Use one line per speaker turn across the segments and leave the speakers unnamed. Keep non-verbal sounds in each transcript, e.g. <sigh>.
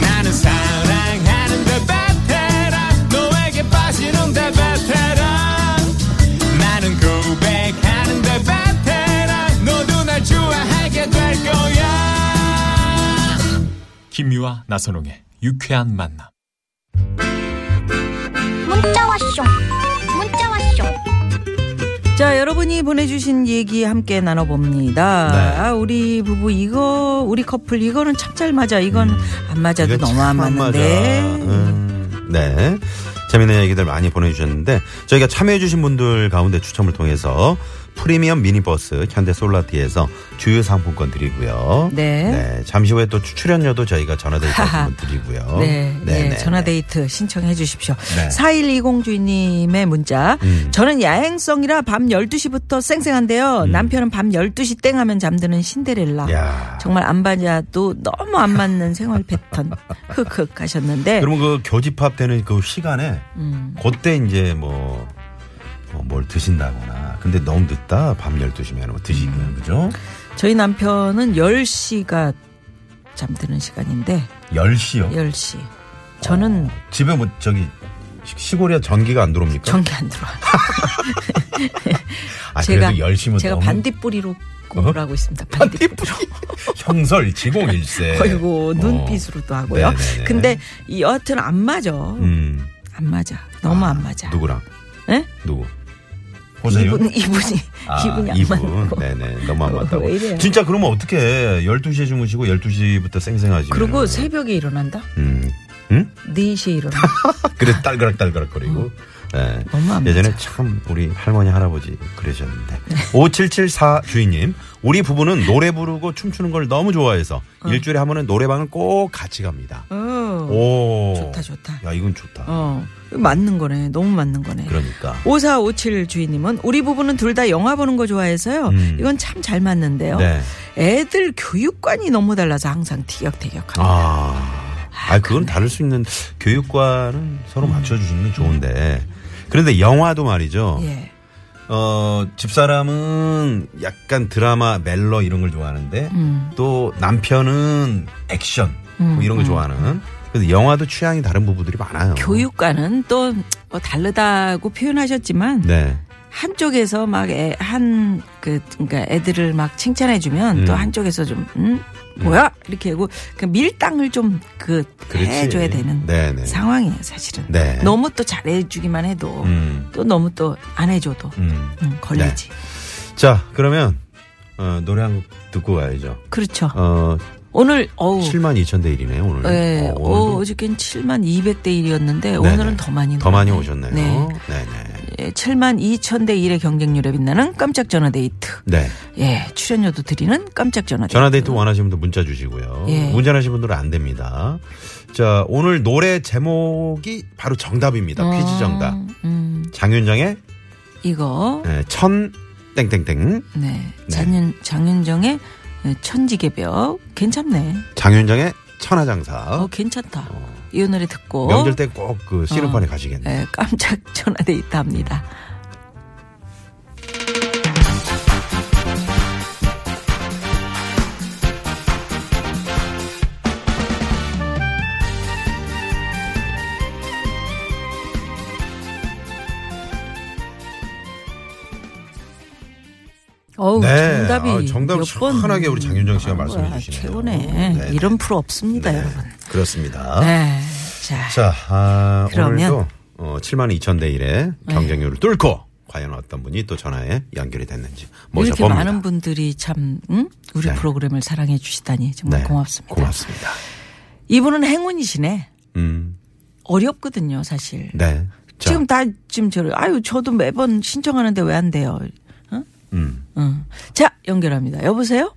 나는 사랑하는데 베테랑 너에게 빠지는데 베테랑 나는 고백하는데 베테랑 너도 날 좋아하게 될 거야
김미화 나선홍의 유쾌한 만남.
문자 왔쇼 문자 왔쇼
자, 여러분이 보내주신 얘기 함께 나눠봅니다.
네.
아, 우리 부부 이거, 우리 커플 이거는 참 잘 맞아. 이건 안 맞아도
음. 이거
너무 안
참
맞는데.
맞아. 음, 네. 재밌는 얘기들 많이 보내주셨는데 저희가 참여해주신 분들 가운데 추첨을 통해서 프리미엄 미니버스 현대 솔라티에서 주요 상품권 드리고요.
네.
잠시 후에 또 추- 출연료도 저희가 전화데이트
하하.
한번 드리고요.
네, 네,
네.
전화데이트 신청해 주십시오.
네. 음.
4120 주인님의 문자. 저는 야행성이라 밤 12시부터 쌩쌩한데요. 남편은 밤 12시 땡 하면 잠드는 신데렐라.
음. 야.
정말 안 맞아도 너무 안 맞는 생활
<laughs>
패턴. 흑흑 하셨는데.
그러면 그 교집합 되는 그 시간에
음.
그때 이제 뭐. 뭐뭘 드신다거나 근데 너무 늦다 밤 12시면 뭐 드시면
음.
그죠?
저희 남편은 10시가 잠드는 시간인데
10시요.
10시. 저는
집에 뭐 저기 시- 시골이야 전기가 안 들어옵니까?
전기 안 들어와.
아, 그래도 열심은
제가
너무 어?
반딧불이로 공부를 하고 있습니다. 반딧불.
<laughs> 형설 지공일세.
아이고
어.
눈빛으로도 하고요.
네네네.
근데 이 여하튼 안 맞아.
음.
안 맞아. 너무
아,
안 맞아.
누구랑?
예?
누구? 호세요?
이분 이분이 이분이 안
아, 이분.
맞고.
네네. 너무 안
어,
맞다고.
왜 이래요?
진짜 그러면 어떻게 12시에 주무시고 12시부터 쌩쌩하시면.
그리고 새벽에 일어난다.
음. 음?
4시에
<laughs>
일어난다.
그래 딸그락딸그락거리고. 예.
음. 너무 안
예전에
맞아.
참 우리 할머니 할아버지 그러셨는데
네.
5774 주인님 우리 부부는 노래 부르고 춤추는 걸 너무 좋아해서 일주일에 한 번은 노래방을 꼭 같이 갑니다.
어.
오
좋다 좋다.
야 이건 좋다.
어. 맞는 거네. 너무 맞는 거네.
그러니까
5457 주인님은 우리 부부는 둘 다 영화 보는 거 좋아해서요.
음.
이건 참 잘 맞는데요.
네.
애들 교육관이 너무 달라서 항상 티격태격합니다.
아, 아 그건 다를 수 있는 교육과는 서로
음.
맞춰주시는 게 좋은데 그런데 영화도 말이죠.
예.
어 집사람은 약간 드라마 멜로 이런 걸 좋아하는데
음.
또 남편은 액션
음,
뭐 이런 걸 좋아하는. 그래서 영화도 취향이 다른 부부들이 많아요.
교육관은 또 뭐 다르다고 표현하셨지만
네.
한쪽에서 막 한 그 그러니까 애들을 막 칭찬해 주면
음.
또 한쪽에서 좀 음? 뭐야? 이렇게 하고 그 밀당을 좀 그
그렇지.
해 줘야 되는
네네.
상황이에요, 사실은.
네.
너무 또 잘해 주기만 해도
음.
또 너무 또 안 해줘도
음.
음, 걸리지.
자 그러면 어, 노래 한 곡 듣고 가야죠.
그렇죠.
어
오늘 어우
7만 2천 대 1이네요 오늘.
네.
어,
어,
오늘도
어저께는 7만 200대 1이었는데
네네.
오늘은 더 많이
더 많이
늘었네.
오셨네요.
네.
네네.
7만 2천대 1의 경쟁률에 빛나는 깜짝 전화 데이트.
네.
예, 출연료도 드리는 깜짝 전화 데이트.
전화데이트 원하시는 분들 문자 주시고요.
예.
운전하시는 분들은 안 됩니다. 자, 오늘 노래 제목이 바로 정답입니다.
아.
퀴즈 정답.
음,
장윤정의
이거
에, 천 땡땡땡.
네. 장윤 장윤정의 천지개벽 괜찮네.
장윤정의
어, 어.
천하장사.
괜찮다. 이 노래 듣고
어. 명절 때 꼭 그 씨름판에 가시겠네.
예, 깜짝 <laughs> 전화 데이트 합니다. 어우,
네.
정답이
아, 정답을
몇 번.
시원하게 우리 장윤정 씨가
나온
말씀해
거야.
주시네요.
최고네.
네, 네.
이런 프로 없습니다,
네.
여러분.
그렇습니다.
네. 자,
자, 아,
그러면- 네.
오늘도 어, 7만 2천 대 1의 경쟁률을 뚫고 과연 어떤 분이 또 전화에 연결이 됐는지
이렇게
뭐 모셔봅니다.
많은 분들이 참 응? 우리
네.
프로그램을 사랑해 주시다니 정말
네,
고맙습니다.
고맙습니다.
이분은 행운이시네.
음.
어렵거든요, 사실.
네. 자,
지금 다 지금 저를 아유 저도 매번 신청하는데 왜 안 돼요? 응?
음.
응. 자 연결합니다. 여보세요?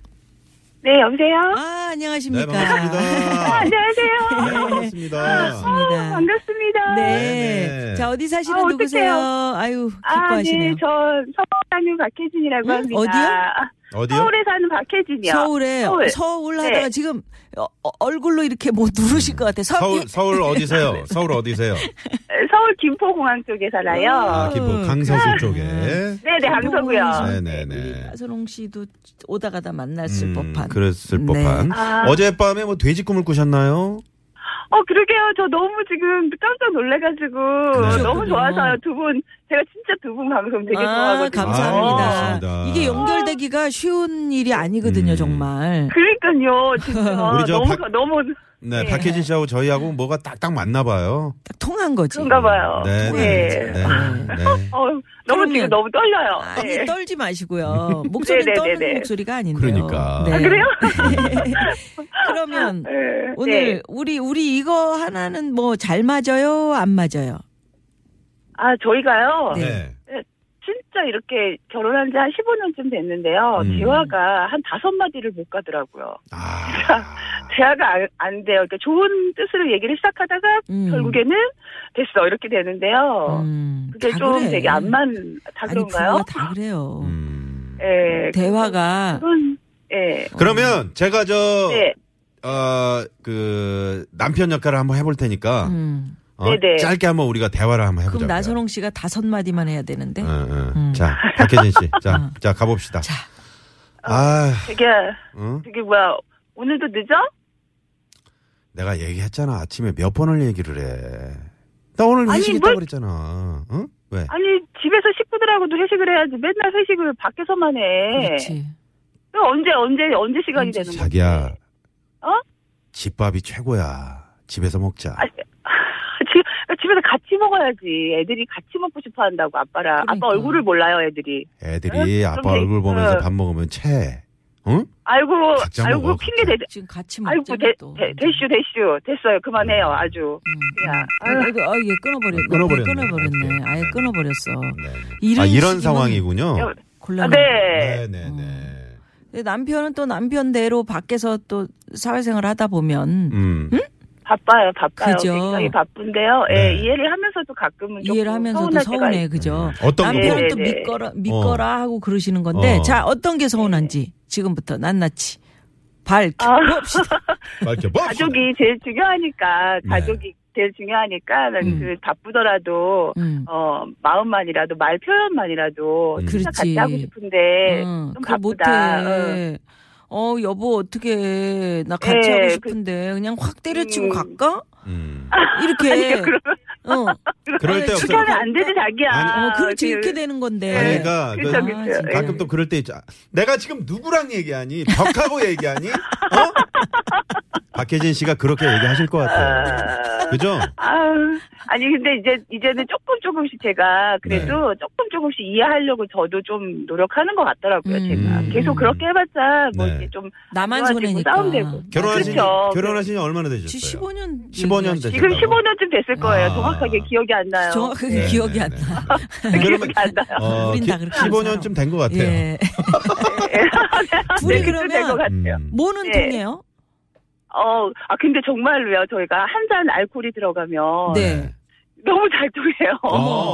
네, 여보세요? 아,
아 안녕하십니까? 아,
네,
그러니까.
반갑습니다.
안녕하세요.
<laughs>
아,
네, 어, 반갑습니다.
반갑습니다.
반갑습니다.
네.
네네.
자 어디 사시는
아, 어떡해요.
누구세요? 아유
아,
기뻐하시네요.
네, 저 서울 남유 박혜진이라고
응?
합니다. 아,
어디요?
어디요?
서울에 사는 박혜진이요.
서울에 서울, 하다가
네.
지금 어, 어, 얼굴로 이렇게 뭐 누르실 것 같아. 서,
서울 서울
네.
어디세요? 서울 어디세요?
네, 서울 김포공항 쪽에 살아요.
아, 김포 강서구 쪽에.
네네 강서구요.
네네네.
서롱 음, 씨도 오다 가다 만났을
음,
법한.
그랬을 법한.
네.
아.
어젯밤에 뭐 돼지 꿈을 꾸셨나요?
어 그러게요. 저 너무 지금 깜짝
네.
놀래가지고 너무 좋아서 두 분 제가 진짜 두 분 방송 되게
아,
좋아하거든요.
감사합니다.
아, 고맙습니다.
이게 연결되기가 쉬운 일이 아니거든요,
음.
정말.
그러니까요,
<laughs>
진짜
우리 저
너무
박-
너무
네,
네.
박혜진 씨하고 저희하고 뭐가 딱딱 맞나 봐요.
딱 통한 거지.
그런가봐요.
네, 네, 네. 네.
어, 너무 지금
그러면-
너무 떨려요.
아니,
네.
떨지 마시고요. 목소리는
네네네네.
떨는 목소리가 아닌데요.
그러니까.
네.
아,
그래요?
그러면
네.
오늘
네.
우리 우리 이거 하나는 뭐 잘 맞아요, 안 맞아요?
아 저희가요.
네.
네.
진짜 이렇게 결혼한 지 한 15년쯤 됐는데요.
음.
대화가 한 다섯 마디를 못 가더라고요.
아.
대화가 안, 안 돼요. 그러니까 좋은 뜻으로 얘기를 시작하다가
음.
결국에는 됐어 이렇게 되는데요.
음,
그게
다
좀
그래.
되게 안 맞는 다
아니,
그런가요?
부부가 다 그래요.
음.
예.
대화가
그건 예.
그러면 제가 저,
네.
어, 그, 남편 역할을 한번 해볼 테니까,
음.
어,
네네.
짧게 한번 우리가 대화를 한번 해보자.
그럼 나선홍 씨가 다섯 마디만 해야 되는데.
응, 응.
음.
자, 박혜진 씨. 자,
어.
자, 가봅시다.
자.
아, 어?
되게
응?
되게 뭐야 오늘도 늦어?
내가 얘기했잖아. 아침에 몇 번을 얘기를 해. 나 오늘
아니,
회식 있다고
뭘-
그랬잖아. 응? 왜?
아니 집에서 식구들하고도 회식을 해야지 맨날 회식을 밖에서만 해.
그렇지.
그 언제 언제 언제 시간이 되는 거야?
자기야.
어?
집밥이 최고야. 집에서 먹자.
아니, 집, 집에서 같이 먹어야지. 애들이 같이 먹고 싶어 한다고, 아빠랑.
그러니까.
아빠 얼굴을 몰라요, 애들이.
애들이
응?
아빠
그럼 어. 돼.
얼굴 보면서
응.
밥 먹으면 채. 응?
아이고,
같이 안
아이고,
먹어,
핑계
같이.
대,
지금 같이
네. 아이고,
먹자
대,
음, 또.
대, 대슈, 대슈. 됐어요. 그만해요,
네.
아주. 그냥.
아,
아유,
아, 얘 끊어버렸네.
끊어버렸네.
끊어버렸네. 아예
네.
끊어버렸어.
이런, 아, 이런
식이면
상황이군요.
여- 아,
곤란해.
네.
네, 네.
근데 남편은 또 남편대로 밖에서 또 사회생활 하다 보면
음.
바빠요, 바빠요.
그죠.
굉장히 바쁜데요. 예,
네.
이해를 하면서도 가끔은 좀
이해를 하면서도
서운할 때가
서운해,
있-
그죠?
어떤 거?
남편은 또
네, 네.
믿거라, 믿거라 하고 그러시는 건데,
어.
자, 어떤 게 서운한지 지금부터 낱낱이
아.
밝혀봅시다.
밝혀봐.
가족이 제일 중요하니까,
네.
가족이 제일 중요하니까, 난
음.
그 바쁘더라도,
음.
어, 마음만이라도, 말 표현만이라도,
음.
진짜
그렇지.
같이 하고 싶은데,
어,
예, 좀
그걸
바쁘다.
못해. 어, 여보, 어떻게, 나 같이
예,
하고
그-
싶은데, 그냥 확 때려치고
음.
갈까?
음.
<laughs>
이렇게. 어,
그럴
아니,
때 없어요.
아, 그렇게 하면 안 되지, 자기야.
아니,
어, 그렇지,
그-
이렇게 되는 건데.
아니, 그러니까 그-
그렇죠,
아,
그렇죠.
진짜.
가끔 또 그럴 때 있죠. 내가 지금 누구랑 얘기하니? 벽하고 얘기하니? 어? 박혜진 씨가 그렇게 얘기하실 것 같아요. 그죠?
아유, 그렇죠. 아니 근데 이제 이제는 조금 조금씩 제가
네.
그래도 조금 조금씩 이해하려고 저도 좀 노력하는 것 같더라고요.
음.
제가 계속 그렇게 해봤자 뭐
네.
이게 좀
나만
좋아지고
손해니까.
뭐 싸움되고.
결혼하신 지,
그렇죠.
결혼하신 지 얼마나
지-
되셨어요?
15년
15년
얘기하시-
지금
됐다고?
15년쯤 됐을 거예요.
아.
정확하게 기억이 안 나요.
정확하게 그
네,
기억이
네,
안
네.
나.
그러면
기억이 안 나요.
어,
우린
기-
다 그렇게
15년쯤 된 것 같아요. <laughs>
예. <laughs> 둘이
네, 그쯤 될것
그러면
같아요.
음.
뭐는
네.
통해요?
어, 아 근데 정말로요. 저희가 한 잔 알코올이 들어가면
네.
너무 잘 통해요.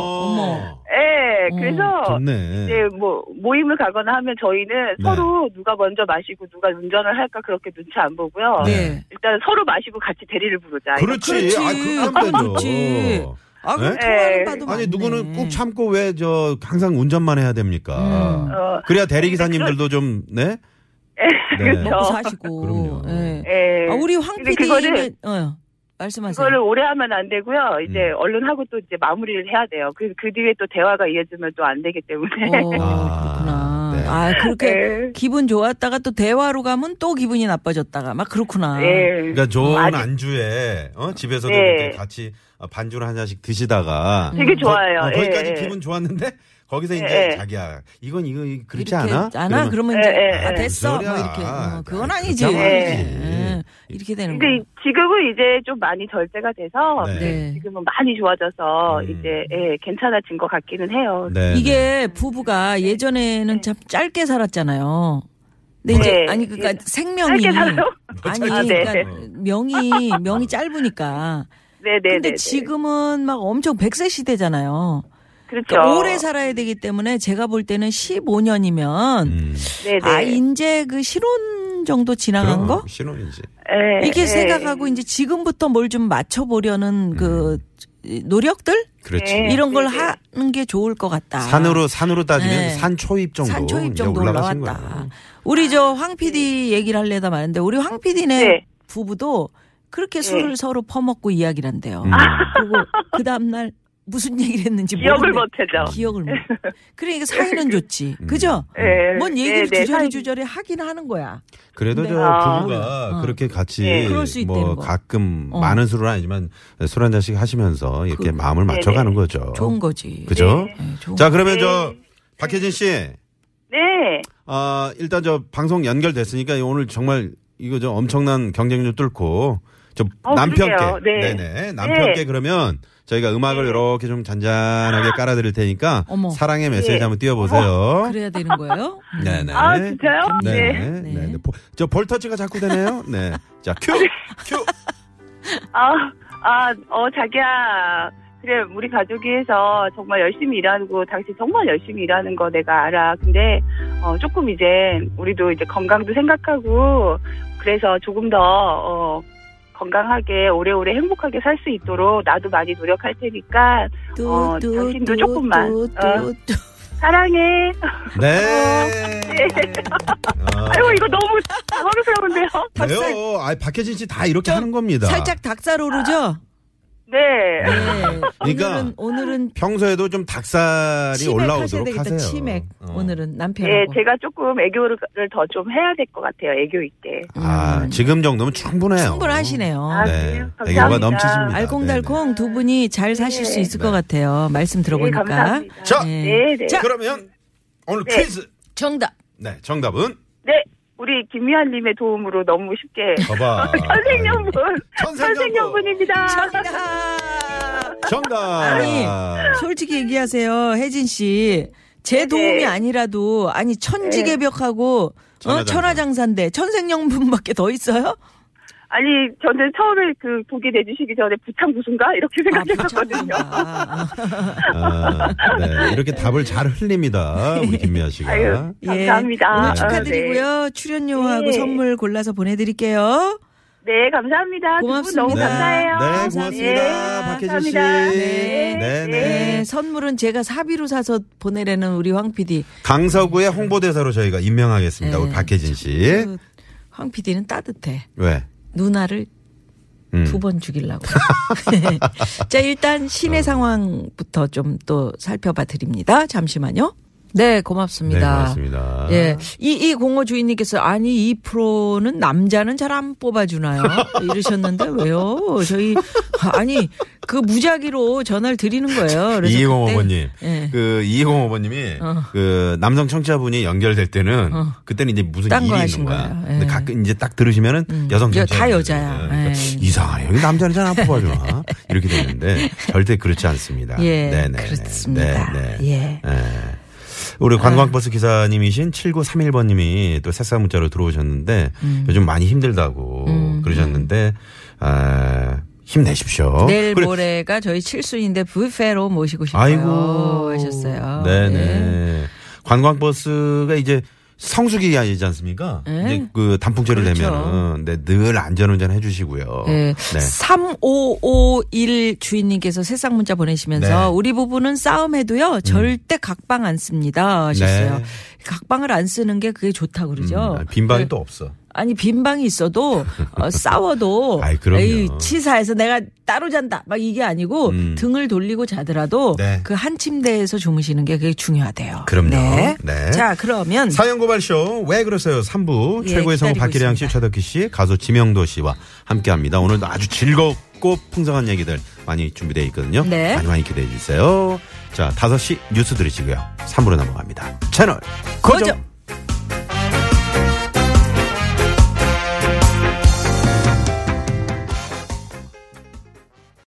어머.
예,
어,
그래서
어. 좋네.
이제 뭐 모임을 가거나 하면 저희는
네.
서로 누가 먼저 마시고 누가 운전을 할까 그렇게 눈치 안
어.
보고요.
네.
일단 서로 마시고 같이 대리를 부르자.
그렇지.
그렇지.
아,
아,
그렇게 하면
그렇지.
되죠.
아, 그럼
네?
통화는
네.
봐도
아니,
맞네.
누구는 꾹 참고 왜 저 항상 운전만 해야 됩니까?
음.
어,
그래야 대리기사님들도 좀, 네? 네.
먹고
그렇죠.
사시고.
그럼요.
예.
예.
아, 우리 황
근데
PD는
그거를-
어, 말씀하세요.
그거를 오래 하면 안 되고요. 이제
음.
얼른 하고 또 이제 마무리를 해야 돼요. 그, 그 뒤에 또 대화가 이어지면 또 안 되기 때문에.
어,
아,
그렇구나.
네.
아, 그렇게
네.
기분 좋았다가 또 대화로 가면 또 기분이 나빠졌다가 막 그렇구나.
예.
그러니까 좋은
아주-
안주에 어? 집에서도
네.
이렇게 같이 반주를 한 잔씩 드시다가
되게
거-
좋아요.
어,
예,
거기까지
예.
기분 좋았는데 거기서 이제
예, 예.
자기야 이건 이거 이거
이렇게
그렇지 않아?
않아?
그러면
그러면, 이제
예, 예,
아,
예.
됐어. 뭐
무슨 소리야.
이렇게. 어, 그건
아,
아니지.
그렇게
하면
예. 이렇게 되는 거.
근데 이- 지금은 이제 좀 많이 절제가 돼서
네.
네.
지금은 많이 좋아져서
음.
이제 예, 괜찮아진 것 같기는 해요.
네, 네.
이게 부부가 예전에는 참 짧게 살았잖아요. 근데 이제
네.
아니 그러니까
예.
생명이
짧게 살아요? <laughs>
아니
아, 네.
그러니까 명이 명이 짧으니까.
네, 네,
근데
네, 네.
지금은 막 엄청 백세 시대잖아요.
그렇죠.
그러니까 오래 살아야 되기 때문에 제가 볼 때는 15년이면
음.
네네.
아 이제 그 신혼 정도 지나간
그럼 네,
거?
신혼이지.
예,
이렇게
예.
생각하고 이제 지금부터 뭘 좀 맞춰보려는 그
음.
노력들
그렇지.
네.
이런 아. 걸
네, 네.
하는 게 좋을 것 같다.
산으로 산으로 따지면
네.
산 초입 정도
산초입
이제
정도
올라가신 음. 아,
올라왔다.
거야.
우리 저
네.
황 PD 얘기를 하려다 마는데 우리 황 PD네
네.
부부도 그렇게 술을 서로 퍼먹고 이야기를 한대요.
네. 음.
그리고 그 다음날 무슨 얘기를 했는지
기억을
모르는데
못하죠.
기억을
네.
못. 그러니까
<laughs>
사이는 좋지.
음.
그죠?
예.
뭔 얘기를
네, 네,
주저리
사이-
주저리 하긴 하는 거야.
그래도
네.
저
아.
부부가
어.
그렇게 같이
예.
그럴 수
뭐
있다는 거.
가끔
어. 그
많은 술은 아니지만 술 한 잔씩 하시면서 이렇게 마음을 맞춰가는 거죠.
네, 좋은 거지.
어? 그죠?
네, 좋은
자 그러면
네.
저 박혜진 씨,
네.
아 일단 저 방송 연결됐으니까 오늘 정말 이거 저 엄청난 경쟁률 뚫고 저
어, 그러게요.
남편께,
네.
네 남편께
네.
그러면 저희가 음악을 이렇게 좀 잔잔하게 깔아드릴 테니까
어머.
사랑의 메시지
네.
한번 띄워보세요.
그래야 되는 거예요?
<laughs> 네네.
아, 진짜요?
네.
어, 네.
네.
네.
네. 보- 저 볼터치가 자꾸 되네요. 네. 자, 큐! 큐!
아, 아, 어, 자기야. 그래, 우리 가족이 해서 정말 열심히 일하고, 당신 정말 열심히 일하는 거 내가 알아. 근데, 어, 조금 이제, 우리도 이제 건강도 생각하고, 그래서 조금 더, 어, 건강하게, 오래오래 행복하게 살 수 있도록 나도 많이 노력할 테니까, 어, 당신도 조금만. 어. 사랑해.
아. 네.
아이고, 이거 너무 당황스러운데요?
<laughs> 왜요? 아, 박혜진 씨 다 이렇게 하는 겁니다.
살짝 닭살 오르죠?
네.
네.
그러니까
오늘은 오늘은
평소에도 좀 닭살이
치맥 하셔야
올라오도록
되겠다.
하세요.
치맥.
어.
오늘은
예,
남편하고.
제가 조금 애교를 더 좀 해야 될 것 같아요, 애교 있게.
아, 지금 정도면 충분해요.
음. 충분하시네요.
아,
네.
그래요?
애교가
감사합니다.
넘치십니다.
알콩달콩 두 분이 잘 사실 수 있을 것
네.
같아요. 말씀
네,
들어보니까.
감사합니다.
자.
네, 네.
네네. 그러면 오늘
네.
퀴즈.
정답.
네, 정답은?
네, 우리 김미아님의 도움으로 너무 쉽게
봐봐.
<laughs> 선생연분
아. 천생연분.
선생연분입니다.
정답.
정답.
아니, 솔직히 얘기하세요. 혜진 씨. 제 도움이
네.
아니라도 아니 천지개벽하고 어?
천하장사.
천하장사인데 천생연분밖에 더 있어요?
아니 저는 처음에 그 독이 내주시기 전에 부창부순가 이렇게
아,
생각했었거든요.
부처님과.
아, 네. 이렇게 답을 잘
<laughs>
흘립니다. 우리 김미아 씨가.
아유, 감사합니다.
예. 오늘
아,
축하드리고요. 출연료하고
네.
선물 골라서 보내드릴게요.
네, 네, 감사합니다. 두분 너무
고맙습니다.
감사해요.
네, 고맙습니다.
네,
박혜진 씨.
감사합니다.
네.
네,
네.
네.
선물은 제가 사비로 사서 보내려는 우리 황 PD.
강서구의 홍보대사로 저희가 임명하겠습니다.
네.
우리 박혜진 씨.
그, 황 PD는 따뜻해.
왜?
누나를
음.
두 번 죽이려고. <laughs> 자, 일단 시내
어.
상황부터 좀 또 살펴봐 드립니다. 잠시만요. 네, 고맙습니다.
네, 고맙습니다.
예. 이, 이 공호 주인님께서 아니, 이 프로는 남자는 잘 안 뽑아주나요? 이러셨는데 <laughs> 왜요? 저희, 아니, 그 무작위로 전화를 드리는 거예요. 그래서 그때-
2205번님.
예.
그 2205번님이
어.
그 남성 청취자분이 연결될 때는
어.
그때는 이제 무슨
딴거
일이
하신
있는 거야.
거예요.
근데
예. 음.
가끔 이제 딱 들으시면은 여성
여-
청취자
다 여자야. 예.
이상하네. 여기 남자는 잘 안
<laughs>
뽑아주나 이렇게 되는데 절대 그렇지 않습니다.
예,
아, 네네. 네,
그렇습니다. 예. 아.
우리 관광버스 기사님이신 7931번님이 또 새싹 문자로 들어오셨는데
음.
요즘 많이 힘들다고 그러셨는데 아, 힘내십시오.
내일
그래-
모레가 저희 칠순인데 뷔페로 모시고 싶어요.
아이고.
하셨어요.
네네.
네.
관광버스가 이제 성수기 아니지 않습니까?
네.
이제 그 단풍철이
그렇죠.
되면은 네, 늘 안전운전 해주시고요.
네. 3551 주인님께서 새싹 문자 보내시면서
네. 음.
우리 부부는 싸움해도요 절대 각방 안 씁니다 하셨어요.
네.
각방을 안 쓰는 게 그게 좋다고 그러죠. 네.
음, 빈방이 또 없어.
아니 빈방이 있어도
<laughs>
어, 싸워도
아이, 그럼요.
치사해서 내가 따로 잔다 막 이게 아니고
음.
등을 돌리고 자더라도
네.
그 한 침대에서 주무시는 게 그게 중요하대요.
그럼요.
네.
네.
자 그러면
사연고발쇼 왜 그러세요? 3부
예,
최고의 성우
기다리고
박기량 씨,
있습니다.
최덕희 씨, 가수 지명도 씨와 함께합니다. 오늘도 아주 즐겁고 풍성한 얘기들 많이 준비되어 있거든요.
네.
많이 많이 기대해 주세요. 자, 5시 뉴스 들으시고요. 3부로 넘어갑니다. 채널 고정.
고정.